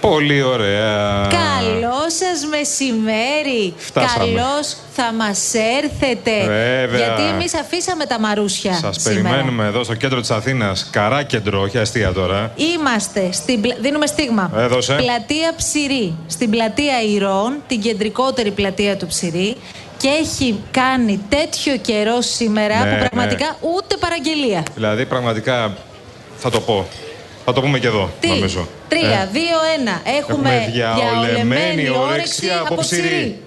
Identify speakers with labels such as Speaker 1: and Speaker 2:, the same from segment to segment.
Speaker 1: Πολύ ωραία.
Speaker 2: Καλό σας μεσημέρι.
Speaker 1: Φτάσαμε.
Speaker 2: Καλώς θα μας έρθετε.
Speaker 1: Βέβαια.
Speaker 2: Γιατί εμείς αφήσαμε τα μαρούσια.
Speaker 1: Σας
Speaker 2: σήμερα.
Speaker 1: περιμένουμε εδώ στο κέντρο της Αθήνας. Καρά κέντρο, όχι αστεία τώρα.
Speaker 2: Είμαστε στην. πλα- Δίνουμε στίγμα.
Speaker 1: Έδωσε.
Speaker 2: Πλατεία Ψηρή. Στην πλατεία Ηρών, την κεντρικότερη πλατεία του Ψηρή. Και έχει κάνει τέτοιο καιρό σήμερα
Speaker 1: Ναι,
Speaker 2: που
Speaker 1: ναι.
Speaker 2: πραγματικά ούτε παραγγελία.
Speaker 1: Δηλαδή πραγματικά θα το πω. Θα το πούμε και εδώ,
Speaker 2: Τι,
Speaker 1: νομίζω.
Speaker 2: τρία,
Speaker 1: Ε,
Speaker 2: δύο, ένα. Έχουμε,
Speaker 1: Έχουμε διαολεμένη όρεξη από Ψηρή.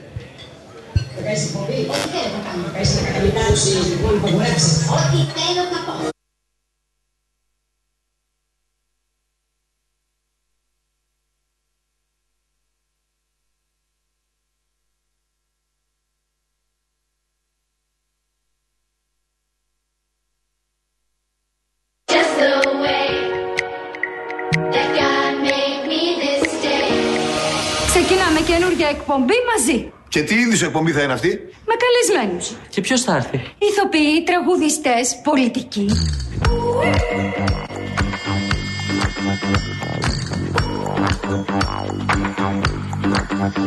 Speaker 3: Just the way that God made me this day.
Speaker 4: Ξεκινάμε καινούργια εκπομπή μαζί.
Speaker 5: Και τι είδους εκπομπή θα είναι αυτή.
Speaker 4: Με καλεσμένους.
Speaker 6: Και ποιος θα έρθει.
Speaker 4: Ηθοποιοί, τραγουδιστές, πολιτικοί.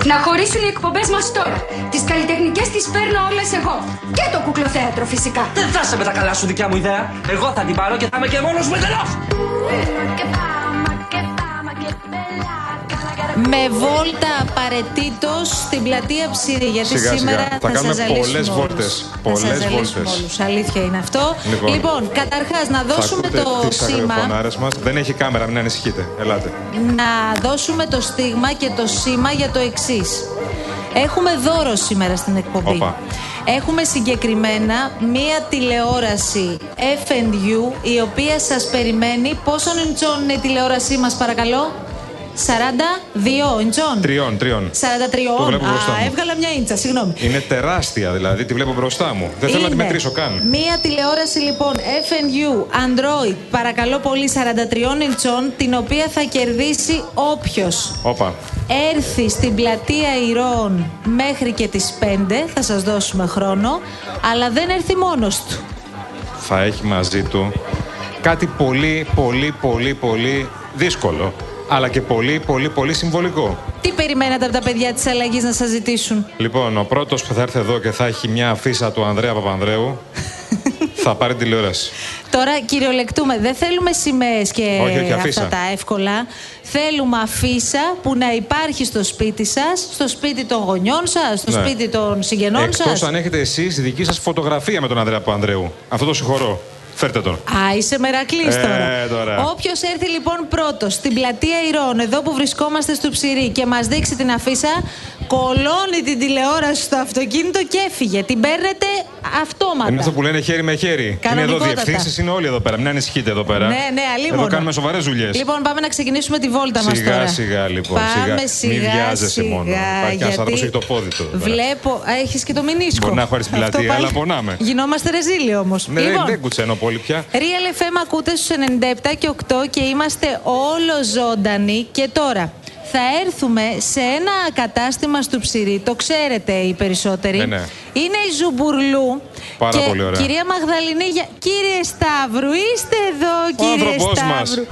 Speaker 4: Να χωρίσουν οι εκπομπές μας τώρα. Τις καλλιτεχνικές τις παίρνω όλες εγώ. Και το κουκλοθέατρο φυσικά.
Speaker 6: Δεν θα είσαι με τα καλά σου δικιά μου ιδέα. Εγώ θα την πάρω και θα είμαι και μόνος μου εντελώς.
Speaker 2: Με βόλτα απαραίτητος στην πλατεία Ψήρη. Γιατί
Speaker 1: Σιγά,
Speaker 2: σήμερα
Speaker 1: σιγά. Θα
Speaker 2: θα,
Speaker 1: κάνουμε
Speaker 2: σας ζαλίσουμε
Speaker 1: πολλές
Speaker 2: όλους.
Speaker 1: βόλτες.
Speaker 2: Θα
Speaker 1: Πολλές
Speaker 2: σας ζαλίσουμε
Speaker 1: βόλτες.
Speaker 2: όλους. Αλήθεια είναι αυτό.
Speaker 1: Λοιπόν.
Speaker 2: Λοιπόν, καταρχάς να
Speaker 1: Θα
Speaker 2: δώσουμε
Speaker 1: ακούτε
Speaker 2: το
Speaker 1: τις
Speaker 2: σήμα.
Speaker 1: αγριοφωνάρες μας. Δεν έχει κάμερα, μην ανησυχείτε. Ελάτε.
Speaker 2: Να δώσουμε το στίγμα και το σήμα για το εξής. Έχουμε δώρο σήμερα στην εκπομπή.
Speaker 1: Όπα.
Speaker 2: Έχουμε συγκεκριμένα μία τηλεόραση F&U η οποία σας περιμένει. Πόσων ιντσών είναι η τηλεόρασή μας παρακαλώ? 42 ιντσών.
Speaker 1: Τριών, τριών.
Speaker 2: 43.
Speaker 1: Το βλέπω μπροστά
Speaker 2: Α,
Speaker 1: μου.
Speaker 2: έβγαλα μια ίντσα, συγγνώμη.
Speaker 1: Είναι τεράστια, δηλαδή τη βλέπω μπροστά μου. Δεν θέλω να τη
Speaker 2: Είναι
Speaker 1: μετρήσω καν.
Speaker 2: Μία τηλεόραση λοιπόν FNU Android, παρακαλώ πολύ 43 ιντσών, την οποία θα κερδίσει όποιος
Speaker 1: Όπα.
Speaker 2: έρθει στην πλατεία Ηρών μέχρι και τις 5, θα σας δώσουμε χρόνο, αλλά δεν έρθει μόνος του.
Speaker 1: θα έχει μαζί του κάτι πολύ, πολύ, πολύ, πολύ δύσκολο. Αλλά και πολύ, πολύ, πολύ συμβολικό.
Speaker 2: Τι περιμένατε από τα παιδιά της αλλαγής να σας ζητήσουν.
Speaker 1: Λοιπόν, ο πρώτος που θα έρθει εδώ και θα έχει μια αφίσα του Ανδρέα Παπανδρέου θα πάρει τηλεόραση.
Speaker 2: Τώρα κυριολεκτούμε. Δεν θέλουμε σημαίες και
Speaker 1: Όχι, όχι, αφίσα.
Speaker 2: αυτά τα εύκολα. Θέλουμε αφίσα που να υπάρχει στο σπίτι σας, στο σπίτι των γονιών σας, στο
Speaker 1: Ναι.
Speaker 2: σπίτι των συγγενών σα.
Speaker 1: Εκτό αν έχετε εσείς δική σας φωτογραφία με τον Ανδρέα Παπανδρέου. Αυτό το συγχωρώ. Φέρτε τον.
Speaker 2: Α, είσαι μερακλή
Speaker 1: Ε,
Speaker 2: τώρα.
Speaker 1: τώρα.
Speaker 2: Όποιος έρθει λοιπόν πρώτος στην πλατεία Ηρών, εδώ που βρισκόμαστε στο Ψηρή και μας δείξει την αφίσα, κολώνει την τηλεόραση στο αυτοκίνητο και έφυγε. Την παίρνετε αυτόματα.
Speaker 1: Είναι αυτό που λένε χέρι με χέρι. Είναι εδώ
Speaker 2: Κανονικότατα.
Speaker 1: διευθύνσεις, είναι όλοι εδώ πέρα. Μην ανησυχείτε εδώ πέρα.
Speaker 2: Ναι, ναι, αλίμονο.
Speaker 1: Εδώ κάνουμε σοβαρές δουλειές.
Speaker 2: Λοιπόν, πάμε να ξεκινήσουμε τη βόλτα μας
Speaker 1: Σιγά,
Speaker 2: τώρα.
Speaker 1: σιγά, λοιπόν,
Speaker 2: Πάμε
Speaker 1: σιγά. Μη
Speaker 2: σιγά.
Speaker 1: βιάζεσαι μόνο. Υπάρχει ένας
Speaker 2: γιατί
Speaker 1: άνθρωπος που έχει το πόδι του εδώ πέρα.
Speaker 2: Βλέπω, έχεις και το μηνίσκο.
Speaker 1: Μπορεί να έχω έρθει στην
Speaker 2: Αυτό
Speaker 1: πλατεία,
Speaker 2: πάλι-
Speaker 1: αλλά πονάμε.
Speaker 2: Γινόμαστε ρεζίλοι Λοιπόν, όμως.
Speaker 1: Ναι, δεν κουτσένω πολύ πια.
Speaker 2: Real FM ακούτε στους 97 και 8 και είμαστε όλο ζωντανοί και τώρα. Θα έρθουμε σε ένα κατάστημα στο Ψηρή, το ξέρετε οι περισσότεροι.
Speaker 1: Ναι, ναι.
Speaker 2: Είναι η Ζουμπουρλού.
Speaker 1: Πάρα
Speaker 2: και
Speaker 1: πολύ ωραία.
Speaker 2: Κυρία Μαγδαληνή, για... κύριε Σταύρου, είστε εδώ,
Speaker 1: Ο
Speaker 2: κύριε
Speaker 1: άνθρωπός μας.
Speaker 2: Σταύρου.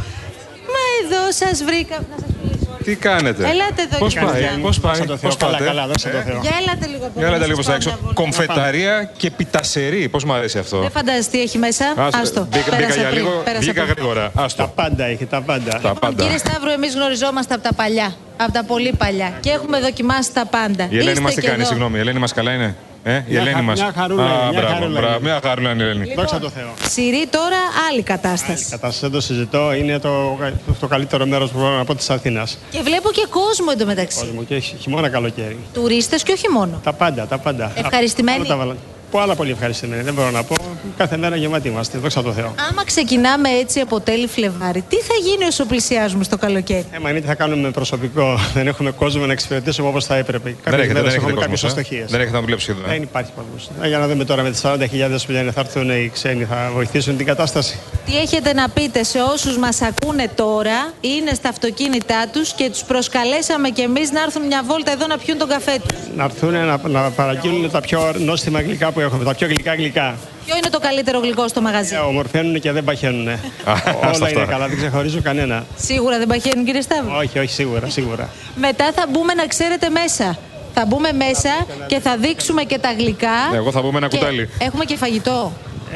Speaker 2: Μα εδώ σας βρήκα. Να σας μιλήσω.
Speaker 1: Τι κάνετε.
Speaker 2: Ελάτε εδώ,
Speaker 1: Πώς
Speaker 2: κύριε
Speaker 1: πάει,
Speaker 2: Γιάννη.
Speaker 1: πώς Ε, πάει,
Speaker 7: Δόξα τω
Speaker 1: πώ
Speaker 7: Θεώ, καλά,
Speaker 1: πάτε. Ε,
Speaker 7: καλά, δόξα τω Θεώ.
Speaker 2: Για έλατε λίγο από
Speaker 1: Για
Speaker 2: εδώ,
Speaker 1: έλατε
Speaker 2: να
Speaker 1: λίγο
Speaker 2: σας
Speaker 1: στα
Speaker 2: πάω
Speaker 1: έξω.
Speaker 2: μια βόλτα.
Speaker 1: Κομφεταρία και πιτασερί. Πώ μου αρέσει αυτό.
Speaker 2: Δεν φαντάζεστε τι έχει μέσα.
Speaker 1: Άσε,
Speaker 2: Άστο.
Speaker 1: Μπήκα μπήκα
Speaker 2: Πέρασα
Speaker 1: για
Speaker 2: πριν,
Speaker 1: λίγο,
Speaker 2: πέρασα
Speaker 1: βγήκα
Speaker 2: πριν.
Speaker 1: γρήγορα.
Speaker 7: Τα
Speaker 1: Άστο.
Speaker 7: πάντα έχει, τα πάντα.
Speaker 1: Τα
Speaker 2: Λοιπόν,
Speaker 1: πάντα.
Speaker 2: κύριε Σταύρο, εμείς γνωριζόμαστε από τα παλιά. Από τα πολύ παλιά. Και έχουμε δοκιμάσει τα πάντα.
Speaker 1: Η Ελένη
Speaker 2: Είστε
Speaker 1: μας τι
Speaker 2: και
Speaker 1: κάνει,
Speaker 2: εδώ.
Speaker 1: συγγνώμη. Η Ελένη μας καλά είναι. Ε, η
Speaker 7: Μια
Speaker 1: Ελένη
Speaker 7: χα-
Speaker 1: μας.
Speaker 7: μια χαρούλα είναι, μια
Speaker 1: μπράβο,
Speaker 7: χαρούλα
Speaker 1: μπράβο.
Speaker 7: είναι.
Speaker 1: Μια χαρούλα είναι η Ελένη.
Speaker 7: Δόξα τω Θεώ.
Speaker 2: Ψηρή τώρα άλλη κατάσταση.
Speaker 7: Κατάσταση δεν το συζητώ, είναι το, το καλύτερο μέρος που μπορώ να πω της Αθήνας.
Speaker 2: Και βλέπω και κόσμο εντωμεταξύ.
Speaker 7: Κόσμο και χει- χειμώνα καλοκαίρι.
Speaker 2: Τουρίστες και όχι μόνο.
Speaker 7: Τα πάντα, τα πάντα.
Speaker 2: Ευχαριστημένοι.
Speaker 7: Όλα τα βάλα- Πάρα πολύ ευχαριστημένοι, δεν μπορώ να πω. Κάθε μέρα γεμάτοι είμαστε, δόξα τω Θεώ.
Speaker 2: Άμα ξεκινάμε έτσι από τέλη Φλεβάρι, τι θα γίνει όσο πλησιάζουμε στο καλοκαίρι.
Speaker 7: Θέμα είναι τι θα κάνουμε με προσωπικό. Δεν έχουμε κόσμο να εξυπηρετήσουμε όπως θα έπρεπε.
Speaker 1: Δεν
Speaker 7: Κάποιε
Speaker 1: έχετε,
Speaker 7: μέρε
Speaker 1: δεν έχετε
Speaker 7: έχουμε κάποιε
Speaker 1: κόσμο. ε.
Speaker 7: αστοχίες.
Speaker 1: Δεν έχετε να δουλέψει σχεδόν.
Speaker 7: Δεν
Speaker 1: ε.
Speaker 7: υπάρχει κόσμος. Για να δούμε τώρα με τις 40.000 που λένε θα έρθουν οι ξένοι, θα βοηθήσουν την κατάσταση.
Speaker 2: Τι έχετε να πείτε σε όσους μας ακούνε τώρα, είναι στα αυτοκίνητά τους και τους προσκαλέσαμε κι εμείς να έρθουν μια βόλτα εδώ να πιούν τον καφέ τους.
Speaker 7: να έρθουν να, να παραγγείλουν τα πιο νόστιμα γλυκά που έχουμε, τα πιο γλυκά γλυκά.
Speaker 2: Ποιο είναι το καλύτερο γλυκό στο μαγαζί.
Speaker 7: Ε, Ομορφαίνουν και δεν παχαίνουν.
Speaker 1: άστα
Speaker 7: Όλα είναι
Speaker 1: αυτά.
Speaker 7: καλά, δεν ξεχωρίζω κανένα.
Speaker 2: Σίγουρα δεν παχαίνουν, κύριε Σταύρου.
Speaker 7: Όχι, όχι, σίγουρα, σίγουρα.
Speaker 2: Μετά θα μπούμε να ξέρετε μέσα. Θα μπούμε μέσα και θα δείξουμε και τα γλυκά.
Speaker 1: Ναι, εγώ θα μπούμε ένα
Speaker 2: Και
Speaker 1: κουτάλι.
Speaker 2: Έχουμε και φαγητό.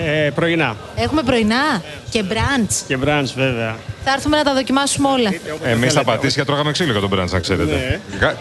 Speaker 7: Ε, πρωινά
Speaker 2: Έχουμε πρωινά και μπραντ.
Speaker 7: και μπραντς βέβαια.
Speaker 2: Θα έρθουμε να τα δοκιμάσουμε όλα.
Speaker 1: Εμείς
Speaker 7: θέλετε.
Speaker 1: στα πατήσια τρώγαμε ξύλο για τον Μπραντ, να ξέρετε.
Speaker 7: Ναι.
Speaker 1: Κα-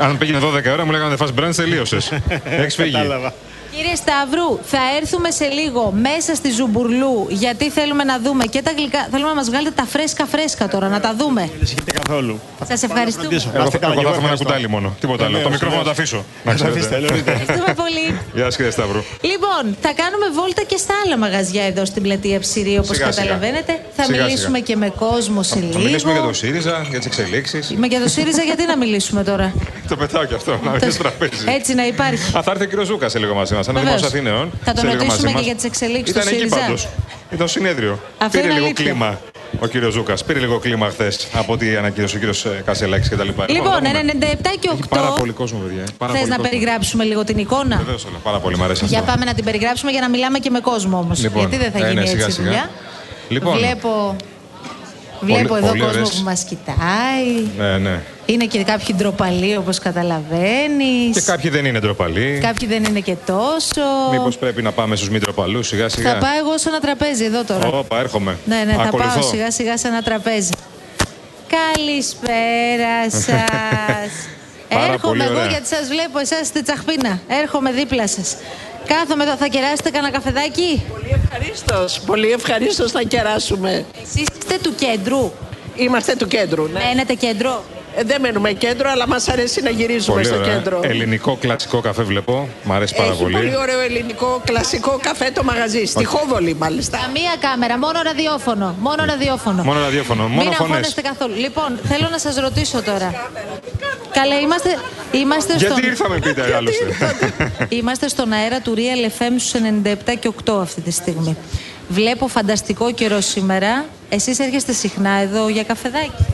Speaker 1: Αν πήγαινε 12 ώρα, μου λέγανε φας Μπραντ, τελείωσες. Έχεις φύγει.
Speaker 7: Ε, Κατάλαβα.
Speaker 2: Κύριε Σταύρου, θα έρθουμε σε λίγο μέσα στη Ζουμπουρλού γιατί θέλουμε να δούμε και τα γλυκά. Θέλουμε να μας βγάλετε τα φρέσκα φρέσκα τώρα, να τα δούμε.
Speaker 7: Δεν συγχύεται καθόλου.
Speaker 2: Σας ευχαριστούμε.
Speaker 7: φροντίσω.
Speaker 1: Εγώ
Speaker 7: Άστε
Speaker 1: θα
Speaker 7: καλά, εγώ
Speaker 1: έρθουμε ένα
Speaker 7: ευχαριστώ. Ε, ναι,
Speaker 1: κουτάλι μόνο. Τίποτα άλλο. Το
Speaker 7: Βεβαίως,
Speaker 1: μικρόφωνο το
Speaker 7: βεβαίως.
Speaker 1: αφήσω.
Speaker 7: Να
Speaker 1: Να
Speaker 7: αφήσετε,
Speaker 1: ξέρετε.
Speaker 7: εννοείται.
Speaker 2: Ευχαριστούμε πολύ.
Speaker 1: Γεια σας, κύριε Σταύρου.
Speaker 2: Λοιπόν, θα κάνουμε βόλτα και στα άλλα μαγαζιά εδώ στην πλατεία Ψηρή, όπως
Speaker 1: Σιγά-σιγά.
Speaker 2: καταλαβαίνετε. Θα
Speaker 1: Σιγά-σιγά.
Speaker 2: μιλήσουμε και με κόσμο σε λίγο.
Speaker 1: Θα μιλήσουμε για το ΣΥΡΙΖΑ, για τις εξελίξεις.
Speaker 2: Μα για το ΣΥΡΙΖΑ, γιατί να μιλήσουμε τώρα.
Speaker 1: Το πετάω κι αυτό. Να μην
Speaker 2: Το-
Speaker 1: στο τραπέζι.
Speaker 2: Έτσι να υπάρχει.
Speaker 1: Α, θα έρθει ο κύριος Ζούκας σε λίγο μαζί μας. Ένα
Speaker 2: Βεβαίως.
Speaker 1: δημόσιο Αθηναίων.
Speaker 2: Θα τον
Speaker 1: σε λίγο
Speaker 2: ρωτήσουμε
Speaker 1: μαζί
Speaker 2: και
Speaker 1: μας.
Speaker 2: για τις εξελίξεις
Speaker 1: Ήταν
Speaker 2: του
Speaker 1: εκεί
Speaker 2: ΣΥΡΙΖΑ.
Speaker 1: πάντως. Ήταν συνέδριο.
Speaker 2: Αυτό
Speaker 1: Πήρε
Speaker 2: είναι
Speaker 1: λίγο
Speaker 2: αλήθεια.
Speaker 1: κλίμα ο κύριος Ζούκας. Πήρε λίγο κλίμα χθες από ό,τι ανακοίνωσε ο κύριος Κασελάκη κτλ.
Speaker 2: Λοιπόν,
Speaker 1: θα δούμε.
Speaker 2: 97 και
Speaker 1: Έχει
Speaker 2: 8.
Speaker 1: πάρα πολύ κόσμο, παιδιά. ε. Πάρα
Speaker 2: Θες
Speaker 1: πολύ
Speaker 2: να
Speaker 1: κόσμο.
Speaker 2: περιγράψουμε λίγο την εικόνα.
Speaker 1: Βεβαίως, όλα. Πάρα πολύ, μου αρέσει
Speaker 2: Για
Speaker 1: αυτό.
Speaker 2: πάμε να την περιγράψουμε για να μιλάμε και με κόσμο όμως.
Speaker 1: Λοιπόν,
Speaker 2: Γιατί δεν θα
Speaker 1: ε, ναι,
Speaker 2: γίνει έτσι η
Speaker 1: σιγά-σιγά.
Speaker 2: δουλειά.
Speaker 1: Λοιπόν.
Speaker 2: Βλέπω, βλέπω εδώ
Speaker 1: πολύ
Speaker 2: κόσμο
Speaker 1: ωραίες.
Speaker 2: που μας κοιτάει.
Speaker 1: Ναι, ναι.
Speaker 2: Είναι και κάποιοι ντροπαλοί όπως καταλαβαίνεις.
Speaker 1: Και κάποιοι δεν είναι ντροπαλοί.
Speaker 2: Κάποιοι δεν είναι και τόσο.
Speaker 1: Μήπως πρέπει να πάμε στους μη ντροπαλούς σιγά
Speaker 2: Θα
Speaker 1: σιγά.
Speaker 2: πάω εγώ σε ένα τραπέζι εδώ τώρα.
Speaker 1: Όπα, έρχομαι.
Speaker 2: Ναι, ναι, θα
Speaker 1: Ακολουθώ.
Speaker 2: πάω σιγά σιγά σε ένα τραπέζι. Καλησπέρα σας.
Speaker 1: Πάρα πολύ
Speaker 2: Έρχομαι εγώ
Speaker 1: ωραία.
Speaker 2: γιατί σας βλέπω, εσάς είστε τσαχπίνα. Έρχομαι δίπλα σας. Κάθομαι εδώ, θα κεράσετε κανένα καφεδάκι.
Speaker 8: Πολύ ευχαρίστως. Πολύ ευχαρίστως θα κεράσουμε.
Speaker 2: Εσείς είστε του κέντρου.
Speaker 8: Είμαστε του κέντρου. Ναι.
Speaker 2: Μένετε κέντρο.
Speaker 8: Ε, δεν μένουμε κέντρο, αλλά μας αρέσει να γυρίζουμε
Speaker 1: Πολύ
Speaker 8: στο
Speaker 1: ωραία.
Speaker 8: κέντρο.
Speaker 1: Ελληνικό κλασικό καφέ βλέπω. Μ' αρέσει πάρα
Speaker 8: Έχει πολύ.
Speaker 1: πολύ.
Speaker 8: ωραίο ελληνικό κλασικό καφέ το μαγαζί. Στη Χόβολη, μάλιστα.
Speaker 2: Καμία κάμερα, μόνο ραδιόφωνο. Μόνο ραδιόφωνο.
Speaker 1: Μόνο ραδιόφωνο, μόνο
Speaker 2: Μην
Speaker 1: φωνές.
Speaker 2: αγχώνεστε καθόλου. Λοιπόν, θέλω να σας ρωτήσω τώρα. Καλά, είμαστε, είμαστε
Speaker 1: Γιατί
Speaker 2: στον-
Speaker 1: ήρθαμε, πείτε άλλωστε.
Speaker 2: Είμαστε στον αέρα του Real FM στους 97 και 8 αυτή τη στιγμή. Βλέπω φανταστικό καιρό σήμερα. Εσείς έρχεστε συχνά εδώ για καφεδάκι.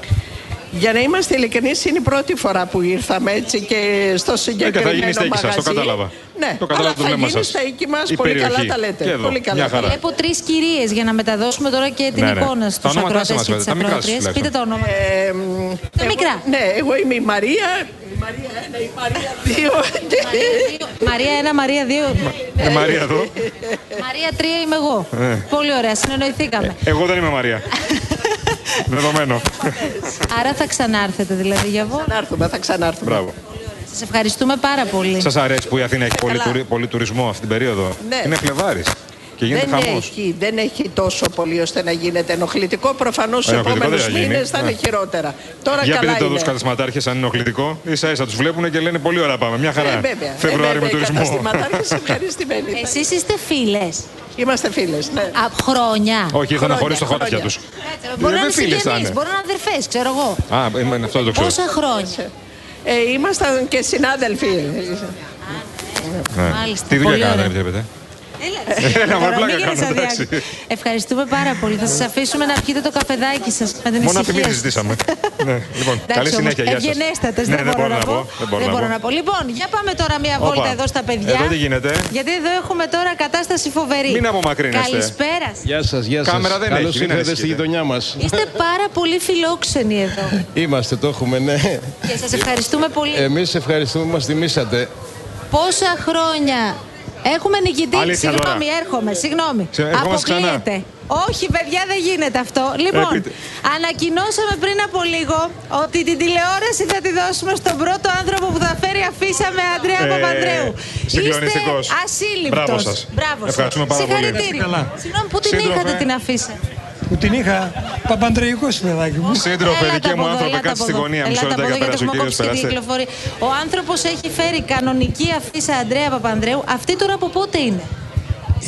Speaker 8: Για να είμαστε ειλικρινείς, είναι η πρώτη φορά που ήρθαμε έτσι και στο
Speaker 1: Ε, και
Speaker 8: συγκεκριμένο
Speaker 1: θα γίνει στέκη σα,
Speaker 8: μαγαζί.
Speaker 1: το κατάλαβα.
Speaker 8: Ναι,
Speaker 1: το κατάλαβα
Speaker 8: αλλά
Speaker 1: το
Speaker 8: θα
Speaker 1: βλέμμα
Speaker 8: γίνει
Speaker 1: σας.
Speaker 8: στέκη μα. Πολύ καλά τα λέτε.
Speaker 1: Και εδώ,
Speaker 8: πολύ καλά
Speaker 1: μια
Speaker 8: τα
Speaker 1: χαρά.
Speaker 8: λέτε.
Speaker 2: Βλέπω τρεις κυρίες για να μεταδώσουμε τώρα και την
Speaker 1: Ναι, ναι.
Speaker 2: εικόνα
Speaker 1: Τα
Speaker 2: στους
Speaker 1: ονόματά
Speaker 2: ακροατές
Speaker 1: σας
Speaker 2: και
Speaker 1: μας,
Speaker 2: τις
Speaker 1: τα μικρά σας
Speaker 2: ακροατρίες.
Speaker 1: τουλάχιστον.
Speaker 2: Πείτε τα όνομα.
Speaker 8: Ε, μ,
Speaker 2: Τα
Speaker 8: εγώ-
Speaker 2: μικρά.
Speaker 8: Ναι, εγώ είμαι η Μαρία. Η Μαρία 1, η Μαρία 2.
Speaker 2: Μαρία 1, Μαρία 2,
Speaker 1: Ε, Μαρία εδώ.
Speaker 2: Μαρία 3 είμαι εγώ. Πολύ ωραία, συνεννοηθήκαμε.
Speaker 1: Εγώ δεν είμαι Μαρία. Δεδομένο.
Speaker 2: Άρα θα ξανάρθετε δηλαδή για βόλτα.
Speaker 8: Θα ξανάρθουμε, θα ξανάρθουμε.
Speaker 1: Μπράβο.
Speaker 2: Σας ευχαριστούμε πάρα πολύ.
Speaker 1: Σας αρέσει που η Αθήνα έχει πολύ,
Speaker 8: Καλά.
Speaker 1: τουρι- πολύ τουρισμό αυτή την περίοδο.
Speaker 8: Ναι.
Speaker 1: Είναι Φλεβάρης. Και γίνεται
Speaker 8: Δεν
Speaker 1: χαμό.
Speaker 8: έχει, δεν έχει τόσο πολύ ώστε να γίνεται ενοχλητικό. Προφανώς στου
Speaker 1: Ενοχλητικό
Speaker 8: επόμενους
Speaker 1: δεν θα γίνει.
Speaker 8: μήνες θα είναι
Speaker 1: Ναι.
Speaker 8: χειρότερα. Τώρα
Speaker 1: Για
Speaker 8: καλά
Speaker 1: πείτε το
Speaker 8: είναι.
Speaker 1: δω στου κατασματάρχε αν είναι ενοχλητικό. σα ίσα τους βλέπουν και λένε πολύ ωραία πάμε. Μια χαρά.
Speaker 8: Ε, βέβαια.
Speaker 1: Φεβρουάριο
Speaker 8: ε,
Speaker 1: με
Speaker 8: βέβαια, Οι
Speaker 1: τουρισμό.
Speaker 8: καταστηματάρχες ευχαριστημένοι. θα
Speaker 2: Εσείς είστε φίλες.
Speaker 8: είναι. Είμαστε φίλες. Ναι.
Speaker 2: Από χρόνια.
Speaker 1: Όχι, ήρθαν να
Speaker 8: Χρόνια,
Speaker 1: χωρί τα χωράφια του.
Speaker 8: χρόνια.
Speaker 2: Μπορεί να είναι
Speaker 1: φίλες θα
Speaker 2: συγγενείς,
Speaker 1: είναι.
Speaker 2: μπορεί να είναι αδερφές, ξέρω εγώ.
Speaker 1: Α, ε, αυτό δεν το ξέρω.
Speaker 2: Πόσα χρόνια.
Speaker 8: Ε, ήμασταν και συνάδελφοι.
Speaker 1: Ναι.
Speaker 2: Μάλιστα,
Speaker 1: Τι
Speaker 2: πολύ
Speaker 1: δουλειά
Speaker 2: ωραία.
Speaker 1: κάνατε, επιτρέπετε.
Speaker 2: Έλα,
Speaker 1: Έλα, μωρέ,
Speaker 2: τώρα,
Speaker 1: πλάκα
Speaker 2: μην γίνεις
Speaker 1: Ε, κάνω,
Speaker 2: αδιάκριτος.
Speaker 1: εντάξει.
Speaker 2: Ευχαριστούμε πάρα πολύ. Θα σας αφήσουμε να πιείτε το καφεδάκι σας με την
Speaker 1: Μόνο
Speaker 2: ησυχία
Speaker 1: αφημί τη
Speaker 2: σας.
Speaker 1: ζητήσαμε. ναι, λοιπόν,
Speaker 2: Εντάξει,
Speaker 1: καλή
Speaker 2: όμως,
Speaker 1: συνέχεια. Γεια σας.
Speaker 2: ευγενέστατες,
Speaker 1: Ναι,
Speaker 2: δεν μπορώ να πω.
Speaker 1: Δεν μπορώ να πω.
Speaker 2: Λοιπόν, για πάμε τώρα μία βόλτα
Speaker 1: Όπα.
Speaker 2: εδώ στα παιδιά.
Speaker 1: Εδώ τι γίνεται.
Speaker 2: Γιατί εδώ έχουμε τώρα κατάσταση φοβερή.
Speaker 1: Μην απομακρύνεστε.
Speaker 2: Καλησπέρα. σας.
Speaker 9: Γεια σας, γεια σας.
Speaker 1: Κάμερα δεν
Speaker 9: Καλώς
Speaker 1: έχει, μην
Speaker 9: ήρθατε
Speaker 1: ανησυχείτε.
Speaker 9: στη γειτονιά μας.
Speaker 2: Είστε πάρα πολύ φιλόξενοι εδώ.
Speaker 9: Είμαστε, το έχουμε, ναι.
Speaker 2: Και σας ευχαριστούμε πολύ.
Speaker 9: Εμείς ευχαριστούμε που μας τιμήσατε.
Speaker 2: Πόσα χρόνια έχουμε νικητή.
Speaker 1: Αλήθεια τώρα.
Speaker 2: συγγνώμη, έρχομαι. Συγγνώμη.
Speaker 1: Ξε- ερχόμαστε ξανά.
Speaker 2: Αποκλείεται. Όχι, παιδιά, δεν γίνεται αυτό. Λοιπόν,
Speaker 1: πείτε.
Speaker 2: ανακοινώσαμε πριν από λίγο ότι την τηλεόραση θα τη δώσουμε στον πρώτο άνθρωπο που θα φέρει αφίσα με Αντρέα
Speaker 1: Ε,
Speaker 2: Παπανδρέου.
Speaker 1: συγκλονιστικός.
Speaker 2: Είστε ασύλληπτος.
Speaker 1: Μπράβο σας.
Speaker 2: Μπράβο σας.
Speaker 1: Ευχαριστούμε πάρα πολύ.
Speaker 2: Συγχαρητήρια.
Speaker 10: Καλά.
Speaker 2: Συγγνώμη, πού την
Speaker 1: Σύντροφε.
Speaker 2: είχατε την αφίσα.
Speaker 10: που την είχα παπαντρεϊκό παιδάκι μου.
Speaker 1: Σύντροφε,
Speaker 2: Έλατε
Speaker 1: δικέ
Speaker 2: από
Speaker 1: μου
Speaker 2: εδώ,
Speaker 1: άνθρωπε,
Speaker 2: έλατε
Speaker 1: κάτσε
Speaker 2: από
Speaker 1: στη
Speaker 2: εδώ.
Speaker 1: γωνία. Μισό
Speaker 2: Έλατε
Speaker 1: λεπτό
Speaker 2: από
Speaker 1: για
Speaker 2: εδώ,
Speaker 1: να περάσει ο κύριος.
Speaker 2: γιατί έχουμε κόψει και
Speaker 1: Περάστε.
Speaker 2: κυκλοφορεί. Ο άνθρωπος έχει φέρει κανονική αφίσα Αντρέα Παπανδρέου. Αυτή τώρα από πότε είναι.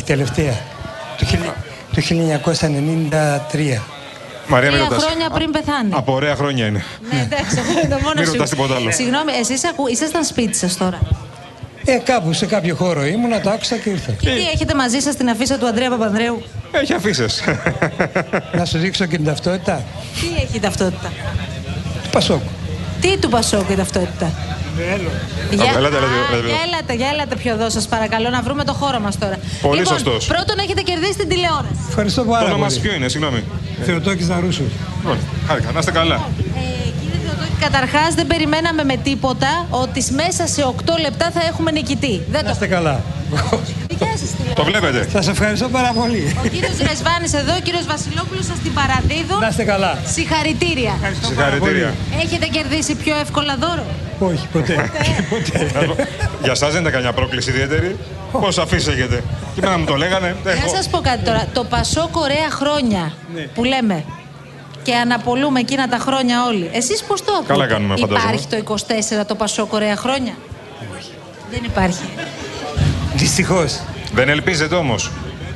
Speaker 10: Η τελευταία. Το, χιλι- το 1993.
Speaker 1: Μαρία, μην
Speaker 2: Τρία
Speaker 1: ρωτάς.
Speaker 2: χρόνια πριν πεθάνει.
Speaker 1: Από ωραία χρόνια είναι.
Speaker 2: Ναι, εντάξει, αυτό είναι το μόνος
Speaker 1: Μην
Speaker 2: σου.
Speaker 1: ρωτάς τίποτα άλλο.
Speaker 2: Συγγνώμη, εσείς ακού... ήσασταν σπίτι σας τώρα.
Speaker 10: Ε, κάπου σε κάποιο χώρο ήμουνα, το άκουσα και
Speaker 1: Ε.
Speaker 10: ήρθα.
Speaker 2: Και τι έχετε μαζί σας την αφίσα του Αντρέα Παπανδρέου.
Speaker 1: Έχει αφήσεις.
Speaker 10: Να σου δείξω και την ταυτότητα.
Speaker 2: Τι έχει η ταυτότητα.
Speaker 10: Πασόκ.
Speaker 2: Τι του Πασόκ η ταυτότητα. Για...
Speaker 1: Έλατε, έλατε,
Speaker 2: Α,
Speaker 1: έλατε.
Speaker 2: για έλατε, για έλατε πιο εδώ, σας παρακαλώ, να βρούμε το χώρο μας τώρα.
Speaker 1: Πολύ
Speaker 2: λοιπόν,
Speaker 1: σωστός.
Speaker 2: Πρώτον, έχετε κερδίσει την τηλεόραση.
Speaker 10: Ευχαριστώ
Speaker 1: Το
Speaker 10: πάρα
Speaker 1: όνομά σα
Speaker 10: πολύ.
Speaker 1: ποιο είναι, συγγνώμη.
Speaker 10: Θεοτόκης Ναρούσου.
Speaker 1: Λοιπόν, Χάρηκα, να είστε καλά.
Speaker 2: Ε, κύριε Θεοδόκη, Καταρχάς, δεν περιμέναμε με τίποτα ότι μέσα σε 8 λεπτά θα έχουμε νικητή. Δεν
Speaker 10: Να
Speaker 2: το.
Speaker 10: είστε καλά.
Speaker 2: Δικιά σα
Speaker 1: Το βλέπετε.
Speaker 10: Σας ευχαριστώ πάρα πολύ.
Speaker 2: Ο κύριος Ρεσβάνη εδώ, ο κύριος Βασιλόπουλος σας την παραδίδουν.
Speaker 10: Να είστε καλά.
Speaker 2: Συγχαρητήρια.
Speaker 10: Ευχαριστώ πάρα
Speaker 1: Συγχαρητήρια.
Speaker 2: Έχετε κερδίσει πιο εύκολα δώρο.
Speaker 10: πολύ. Όχι, ποτέ. ποτέ.
Speaker 1: Να πω, Για εσά δεν ήταν καμιά πρόκληση ιδιαίτερη. Πώς αφήσετε. Και εμένα μου το λέγανε. Έχω-
Speaker 2: Να σας πω κάτι τώρα. Το Πασό Κορέα χρόνια
Speaker 1: Ναι.
Speaker 2: που λέμε. Και αναπολούμε εκείνα τα χρόνια όλοι. Εσείς πώς το ακούτε.
Speaker 1: Καλά κάνουμε, φαντάζομαι.
Speaker 2: Υπάρχει το 24 το Πασό Κορέα χρόνια. Δεν υπάρχει.
Speaker 10: Δυστυχώς.
Speaker 1: Δεν ελπίζετε όμως.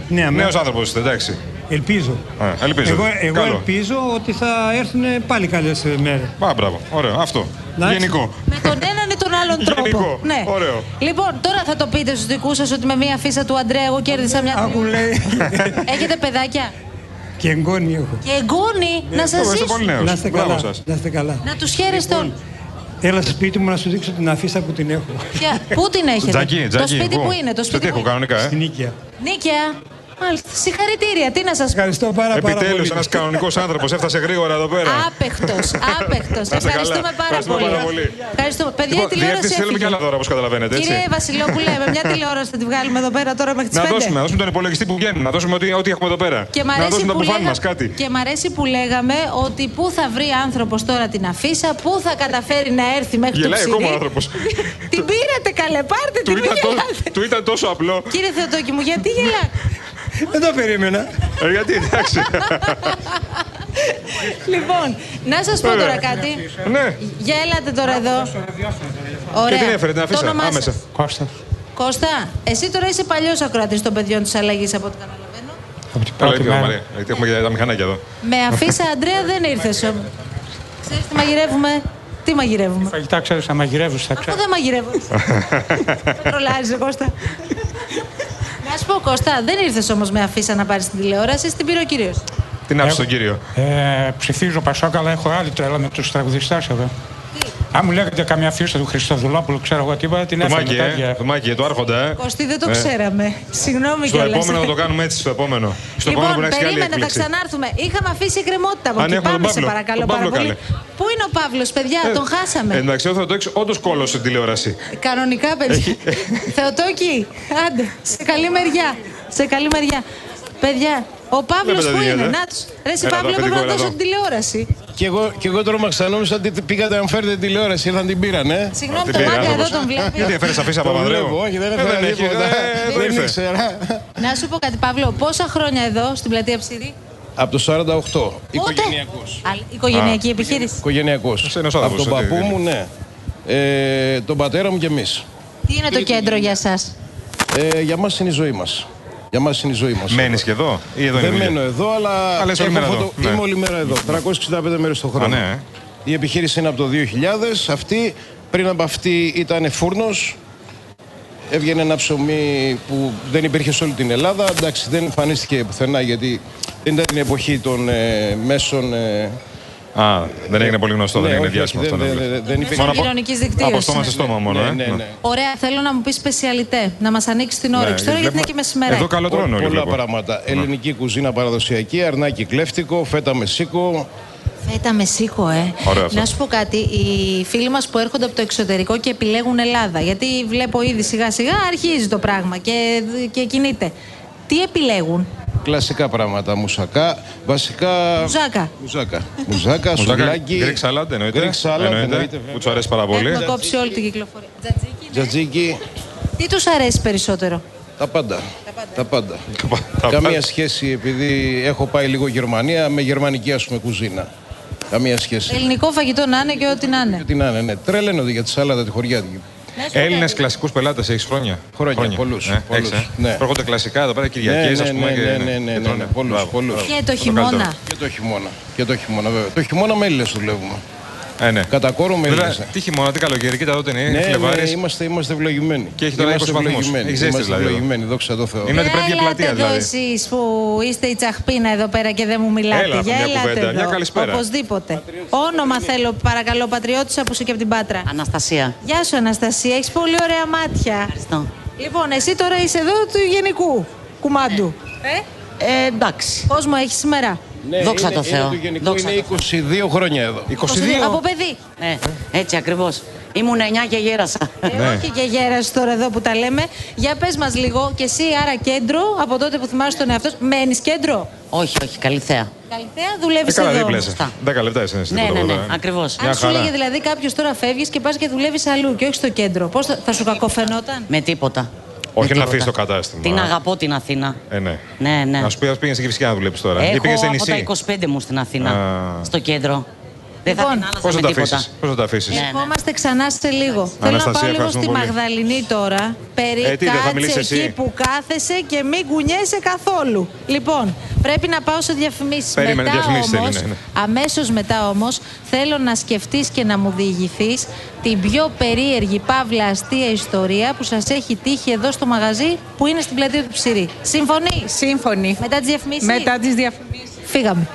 Speaker 10: Ναι, αμέ-
Speaker 1: Νέος άνθρωπος είστε, εντάξει.
Speaker 10: Ελπίζω.
Speaker 1: Ε, ελπίζω.
Speaker 10: Εγώ, εγώ
Speaker 1: Καλό.
Speaker 10: ελπίζω ότι θα έρθουν πάλι καλές ε, μέρες.
Speaker 1: Μα μπράβο. Ωραίο. Αυτό.
Speaker 10: Εντάξει.
Speaker 1: Γενικό.
Speaker 2: Με τον έναν ή τον άλλον τρόπο.
Speaker 1: Γενικό. Ωραίο.
Speaker 2: Λοιπόν, τώρα θα το πείτε στους δικούς σας ότι με μία φίσα του Αντρέα εγώ κέρδισα μια.
Speaker 10: Άκου λέει
Speaker 2: Έχετε παιδάκια.
Speaker 10: και εγγόνι έχω.
Speaker 2: Και εγγόνι
Speaker 1: Ναι,
Speaker 2: να σας
Speaker 1: Είστε πολύ Λοιπόν.
Speaker 2: ζήσουν.
Speaker 1: νέος.
Speaker 10: Να είστε
Speaker 1: Μπράβο
Speaker 10: καλά.
Speaker 1: σας.
Speaker 10: Να είστε καλά.
Speaker 2: Να τους χαίρεστε όλοι.
Speaker 10: Έλα στο σπίτι μου να σου δείξω την αφίσα που την έχω.
Speaker 2: Ποια- Πού την έχετε.
Speaker 1: Τζακί,
Speaker 2: το
Speaker 1: τζακί.
Speaker 2: σπίτι
Speaker 1: εγώ.
Speaker 2: που είναι, το
Speaker 1: Στο
Speaker 2: σπίτι.
Speaker 1: τοίχο,
Speaker 2: που είναι.
Speaker 1: κανονικά. Ε.
Speaker 10: Στην Νίκαια.
Speaker 2: Νίκαια. Μάλιστα. Συγχαρητήρια. Τι να σας πω.
Speaker 10: Ευχαριστώ πάρα, πάρα πολύ.
Speaker 1: Επιτέλου, ένας κανονικός άνθρωπος έφτασε γρήγορα εδώ πέρα.
Speaker 2: Άπεχτος, άπεχτος.
Speaker 1: Να είστε καλά.
Speaker 2: Ευχαριστούμε πάρα
Speaker 1: Ευχαριστούμε
Speaker 2: πολύ.
Speaker 1: πάρα πολύ.
Speaker 2: Ευχαριστούμε. Παιδιά, η
Speaker 1: Λοιπόν,
Speaker 2: τηλεόραση
Speaker 1: διεύθυνση θέλουμε και
Speaker 2: έφυγε.
Speaker 1: άλλα δώρα, όπως καταλαβαίνετε. Έτσι.
Speaker 2: Κύριε Βασιλόπουλε, με μια τηλεόραση θα τη βγάλουμε εδώ πέρα τώρα μέχρι τις
Speaker 1: να
Speaker 2: 5.
Speaker 1: δώσουμε, να δώσουμε τον υπολογιστή που βγαίνει, να δώσουμε ό,τι, ό,τι έχουμε εδώ πέρα.
Speaker 2: Και μ,
Speaker 1: να
Speaker 2: αρέσει
Speaker 1: δώσουμε το
Speaker 2: που
Speaker 1: μπουφάν
Speaker 2: λέγα-
Speaker 1: μας, κάτι.
Speaker 2: και μ' αρέσει που λέγαμε ότι πού θα βρει άνθρωπος τώρα την αφίσα, πού θα καταφέρει να έρθει μέχρι
Speaker 1: Γελάει
Speaker 2: το
Speaker 1: ακόμα
Speaker 2: ψυγείο.
Speaker 1: ο άνθρωπος.
Speaker 2: την πήρατε, καλέ, πάρτε
Speaker 1: Του
Speaker 2: την, μην
Speaker 1: ήταν,
Speaker 2: γελάτε.
Speaker 1: τόσο, του ήταν τόσο απλό.
Speaker 2: Κύριε Θεοτόκη μου, γιατί γελάτε.
Speaker 10: Δεν το περίμενα.
Speaker 1: Ε, γιατί, εντάξει.
Speaker 2: λοιπόν, να σας πω τώρα
Speaker 1: Ωραία.
Speaker 2: κάτι.
Speaker 1: ναι.
Speaker 2: Για έλατε τώρα εδώ. Ωραία.
Speaker 1: Και την έφερε, την
Speaker 2: Το
Speaker 1: αφήσα
Speaker 2: όνομά
Speaker 1: άμεσα.
Speaker 2: σας.
Speaker 10: Κώστα.
Speaker 2: Κώστα, εσύ τώρα είσαι παλιός ακροατής των παιδιών της αλλαγής από ό,τι καταλαβαίνω.
Speaker 10: Από την
Speaker 1: Καλά,
Speaker 10: πρώτη
Speaker 1: είπε ο Μαρία.
Speaker 10: μέρα.
Speaker 1: Γιατί έχουμε και τα μηχανάκια εδώ.
Speaker 2: Με αφήσα, Αντρέα, δεν ήρθες όμω. Ξέρεις τι μαγειρεύουμε. Τι μαγειρεύουμε.
Speaker 10: Φαγητά ξέρεις να μαγειρεύεις, θα
Speaker 2: Αφού δεν μαγειρεύω. Με Τρολάρεις, Κώστα. Να σου πω, Κώστα, δεν ήρθες όμως με αφήσα να πάρεις την τηλεόραση, την πήρε ο κύριος.
Speaker 1: Την άφησε τον κύριο.
Speaker 10: Ε, ψηφίζω Πασόκ, αλλά έχω άλλη τρέλα με τους τραγουδιστές εδώ. Αν μου λέγατε καμιά φίσα του Χριστοδουλόπουλου, ξέρω εγώ τίποτα, την
Speaker 1: Το
Speaker 10: έφερα
Speaker 1: μάκι,
Speaker 10: μετά
Speaker 1: ε.
Speaker 10: για...
Speaker 1: Το μάκι, το άρχοντα, ε.
Speaker 2: Κωστή, δεν το
Speaker 1: Ε.
Speaker 2: ξέραμε. Συγγνώμη
Speaker 1: Στο
Speaker 2: κιόλας.
Speaker 1: επόμενο θα το κάνουμε έτσι, στο επόμενο. Στο επόμενο που
Speaker 2: Λοιπόν,
Speaker 1: να έχει και άλλη
Speaker 2: περίμενε, θα
Speaker 1: έκπληξη.
Speaker 2: ξανάρθουμε. Είχαμε αφήσει εκκρεμότητα από
Speaker 1: Αν
Speaker 2: εκεί.
Speaker 1: ναι, έχουμε τον
Speaker 2: Πάμε, σε
Speaker 1: Παύλο.
Speaker 2: παρακαλώ
Speaker 1: Τον
Speaker 2: πάρα
Speaker 1: Παύλο,
Speaker 2: πολύ.
Speaker 1: καλέ.
Speaker 2: Πού είναι ο Παύλος, παιδιά,
Speaker 1: Ε, ε,
Speaker 2: τον χάσαμε.
Speaker 1: Εντάξει, ο Θεοτόκης όντως κόλωσε την τηλεόραση.
Speaker 2: Κανονικά, παιδιά. Θεοτόκη, άντε, σε καλή μεριά. Σε καλή μεριά. Παιδιά, ο Παύλο
Speaker 1: τα
Speaker 2: που είναι,
Speaker 1: δίνετε.
Speaker 2: να τους. Ρε, σε
Speaker 1: Έλα,
Speaker 2: Παύλο,
Speaker 1: το
Speaker 2: πρέπει
Speaker 1: αφεντικό,
Speaker 2: να
Speaker 1: έλα
Speaker 2: δώσω
Speaker 1: εδώ.
Speaker 2: την τηλεόραση.
Speaker 9: Κι εγώ, κι εγώ τρόμαξα, νόμιζα ότι πήγατε να μου φέρετε τηλεόραση, ήρθαν την πήραν, ε.
Speaker 2: Συγγνώμη,
Speaker 1: Τι
Speaker 2: το
Speaker 1: λέει,
Speaker 2: μάγκα
Speaker 1: άνθρωπος.
Speaker 2: εδώ τον
Speaker 1: Γιατί
Speaker 2: βλέπει.
Speaker 1: έφερε αφήσα
Speaker 9: Το
Speaker 1: Παπανδρέου.
Speaker 9: βλέπω, όχι, δεν
Speaker 1: Ε,
Speaker 9: έφερα
Speaker 1: έχει,
Speaker 9: τίποτα.
Speaker 1: ε, Δεν
Speaker 9: Δεν
Speaker 1: ήρθε.
Speaker 9: ήξερα.
Speaker 2: Να σου πω κάτι, Παύλο, πόσα χρόνια εδώ στην πλατεία Ψηρή.
Speaker 9: Από το 48,
Speaker 2: Πότε?
Speaker 9: οικογενειακός.
Speaker 2: Α, Οικογενειακή επιχείρηση.
Speaker 9: Οικογενειακός.
Speaker 1: Είσαι ένας άνθρωπος,
Speaker 9: Από τον
Speaker 1: έτσι,
Speaker 9: παππού
Speaker 1: είναι.
Speaker 9: μου, ναι. Ε, τον πατέρα μου και εμείς.
Speaker 2: Τι είναι το κέντρο για εσά.
Speaker 9: Ε, για μας είναι η ζωή μας. Για μας είναι η ζωή μας.
Speaker 1: Μένεις και εδώ ή εδώ είναι. η
Speaker 9: Δεν
Speaker 1: δουλειά?
Speaker 9: μένω εδώ, αλλά
Speaker 1: Α, λες όλη
Speaker 9: έχω
Speaker 1: μέρα εδώ. Ναι.
Speaker 9: είμαι όλη μέρα εδώ. 365 μέρες το χρόνο.
Speaker 1: Α, ναι, ε.
Speaker 9: Η επιχείρηση είναι από το 2000. Αυτή, πριν από αυτή ήταν φούρνος. Έβγαινε ένα ψωμί που δεν υπήρχε σε όλη την Ελλάδα. Εντάξει, δεν εμφανίστηκε πουθενά γιατί δεν ήταν την εποχή των ε, μέσων. ε,
Speaker 1: Α, δεν έγινε πολύ γνωστό, δεν
Speaker 9: ναι,
Speaker 1: έγινε
Speaker 9: όχι,
Speaker 1: διάσημο
Speaker 9: όχι,
Speaker 1: αυτό.
Speaker 9: δεν-
Speaker 1: ναι.
Speaker 9: δεν- δεν υπήρχε.
Speaker 1: Μόνο από-
Speaker 2: Επικοινωνικής δικτύωσης.
Speaker 1: Από στόμα σε στόμα μόνο. ε.
Speaker 9: Ναι, ναι, ναι.
Speaker 2: Ωραία, θέλω να μου πεις σπεσιαλιτέ, να μας ανοίξεις την
Speaker 1: Ναι,
Speaker 2: όρεξη τώρα, γιατί
Speaker 1: βλέπουμε-
Speaker 2: είναι και μεσημεράκι.
Speaker 1: Εδώ καλό τρώνε όλοι.
Speaker 9: Πολλά
Speaker 1: βλέπω. Ναι.
Speaker 9: πράγματα. Ελληνική κουζίνα παραδοσιακή, αρνάκι κλέφτικο, φέτα με σίκο.
Speaker 2: Φέτα με σίκο, ε.
Speaker 1: Ωραίο αυτό.
Speaker 2: Να σου πω κάτι. Οι φίλοι μας που έρχονται από το εξωτερικό και επιλέγουν Ελλάδα. Γιατί βλέπω ήδη σιγά σιγά αρχίζει το πράγμα και, και κινείται. Τι επιλέγουν,
Speaker 9: Κλασικά πράγματα. Μουσακά,
Speaker 1: Ε,
Speaker 9: βασικά.
Speaker 2: Μουζάκα.
Speaker 9: Μουζάκα. Μουζάκα,
Speaker 1: Μουζάκα,
Speaker 9: σουβλάκι.
Speaker 1: Greek salad εννοείται.
Speaker 9: Greek salad εννοείται,
Speaker 1: Που τους αρέσει πάρα πολύ.
Speaker 2: Έχουμε κόψει όλη την κυκλοφορία.
Speaker 9: Τζατζίκι.
Speaker 2: Τι τους αρέσει περισσότερο,
Speaker 9: Τα πάντα. Τα πάντα.
Speaker 1: Τα πάντα.
Speaker 9: Καμία σχέση επειδή έχω πάει λίγο Γερμανία με γερμανική ας πούμε κουζίνα. Καμία σχέση.
Speaker 2: Ελληνικό φαγητό να είναι και ό,τι να είναι.
Speaker 9: Τι να είναι, ναι. Τρελαίνονται για τη σάλατα τη χωριάτικη.
Speaker 1: Έλληνε κλασικούς πελάτες έχεις χρόνια.
Speaker 9: Χρόνια, πολλούς,
Speaker 1: Ε,
Speaker 9: πολλούς,
Speaker 1: έχεις, ε.
Speaker 9: ναι.
Speaker 1: Έρχονται κλασικά εδώ πέρα Κυριακέ, α
Speaker 9: ναι,
Speaker 1: πούμε.
Speaker 9: ναι,
Speaker 1: και-
Speaker 9: ναι, ναι, ναι,
Speaker 1: και
Speaker 9: ναι,
Speaker 1: τρώνε.
Speaker 9: ναι, πολλούς,
Speaker 1: Μπράβο.
Speaker 9: πολλούς.
Speaker 2: Και το
Speaker 1: καλύτερο.
Speaker 2: χειμώνα.
Speaker 9: Και το χειμώνα. Και το χειμώνα βέβαια. Το χειμώνα με Έλληνες δουλεύουμε.
Speaker 1: Ε, ναι.
Speaker 9: Κατά κόρο με
Speaker 1: Βέβαια,
Speaker 9: Έλληνες, ναι.
Speaker 1: Τι χειμώνα, τι καλοκαίρι, κοίτα εδώ είναι
Speaker 9: Ναι,
Speaker 1: Φλεβάρι.
Speaker 9: ναι, είμαστε, είμαστε ευλογημένοι.
Speaker 1: Και έχει τώρα
Speaker 9: είμαστε
Speaker 1: 20 βαθμούς.
Speaker 9: ευλογημένοι.
Speaker 1: Έχεις ζέστη,
Speaker 9: Είμαστε
Speaker 1: δηλαδή, εδώ.
Speaker 9: ευλογημένοι, δόξα τω Θεώ.
Speaker 1: Είναι- την πέτεια
Speaker 2: Για
Speaker 1: πλατεία,
Speaker 2: ελάτε εδώ
Speaker 1: δηλαδή.
Speaker 2: εσείς που είστε η τσαχπίνα εδώ πέρα και δεν μου μιλάτε.
Speaker 1: Έλα,
Speaker 2: Για
Speaker 1: μια
Speaker 2: ελάτε
Speaker 1: κουβέντα.
Speaker 2: εδώ.
Speaker 1: Μια καλησπέρα.
Speaker 2: Οπωσδήποτε. Όνομα θέλω παρακαλώ πατριώτησα που είσαι και από την Πάτρα.
Speaker 11: Αναστασία.
Speaker 2: Γεια σου Αναστασία, έχεις πολύ ωραία μάτια.
Speaker 11: Ευχαριστώ.
Speaker 2: Λοιπόν, εσύ τώρα είσαι εδώ του γενικού κουμάντου. Ε.
Speaker 11: Ε, εντάξει.
Speaker 2: Κόσμο έχεις σήμερα.
Speaker 9: Ναι,
Speaker 11: Δόξα
Speaker 9: είναι-
Speaker 11: τω Θεώ.
Speaker 9: Είναι, του γενικού,
Speaker 11: Δόξα
Speaker 9: είναι
Speaker 11: τω
Speaker 9: 22 χρόνια εδώ.
Speaker 1: 22.
Speaker 2: Από παιδί.
Speaker 11: Ναι, έτσι ακριβώς. Ήμουν 9 και γέρασα.
Speaker 2: Ε,
Speaker 1: Ναι.
Speaker 2: Όχι και γέρας τώρα εδώ που τα λέμε. Για πες μας λίγο και εσύ άρα κέντρο από τότε που θυμάσαι τον εαυτό σου. Μένεις κέντρο.
Speaker 11: όχι, όχι, καλυθέα.
Speaker 2: Καλλιτέα
Speaker 1: Ε,
Speaker 2: δουλεύεις
Speaker 1: καλά,
Speaker 2: εδώ.
Speaker 1: δίπλα είσαι.
Speaker 11: Σωστά.
Speaker 1: 10 λεπτά είσαι. ε.
Speaker 11: Ναι, ναι, ναι, ακριβώς.
Speaker 1: Μια
Speaker 2: Αν σου
Speaker 1: χαρά.
Speaker 2: λέγε δηλαδή κάποιος τώρα φεύγεις και πας και δουλεύεις αλλού και όχι στο κέντρο, πώς θα, θα σου κακοφαινόταν.
Speaker 11: Με τίποτα.
Speaker 1: να
Speaker 11: τίποτα.
Speaker 1: αφήσεις το κατάστημα.
Speaker 11: Την αγαπώ την Αθήνα.
Speaker 1: Ε, ναι.
Speaker 11: Ναι, ναι.
Speaker 1: Να σου πει, ας πήγαινες στην Κυφυσιά να δουλέψεις τώρα.
Speaker 11: Έχω
Speaker 1: Ή πήγαινε
Speaker 11: από τα 25 μου στην Αθήνα.
Speaker 1: Α.
Speaker 11: Στο κέντρο. Δεν θα
Speaker 2: Λοιπόν,
Speaker 11: την άλλαζα
Speaker 1: Πώς θα
Speaker 11: με
Speaker 1: τα
Speaker 11: τίποτα.
Speaker 1: αφήσεις. Πώς θα τα αφήσεις.
Speaker 11: Ναι.
Speaker 2: Ερχόμαστε ξανά σε λίγο. Θέλω να
Speaker 1: Αναστασία,
Speaker 2: πάω λίγο
Speaker 1: ευχαριστούμε
Speaker 2: στη
Speaker 1: πολύ.
Speaker 2: Μαγδαληνή τώρα. Περί
Speaker 1: Ε, τι, δεν θα μιλήσεις
Speaker 2: κάτσε
Speaker 1: εσύ?
Speaker 2: εκεί που κάθεσαι και μην κουνιέσαι καθόλου. Λοιπόν, πρέπει να πάω σε διαφημίσεις.
Speaker 1: Περίμενε,
Speaker 2: μετά
Speaker 1: διαφημίσεις
Speaker 2: όμως,
Speaker 1: θέλει, ναι,
Speaker 2: αμέσως μετά όμως, θέλω να σκεφτείς και να μου διηγηθείς την πιο περίεργη παύλα αστεία ιστορία που σας έχει τύχει εδώ στο μαγαζί που είναι στην πλατεία του Ψηρή. Συμφωνείς?
Speaker 8: Σύμφωνοι.
Speaker 2: Μετά τις διαφημίσεις.
Speaker 8: Μετά τις διαφημίσεις.
Speaker 2: Φύγαμε.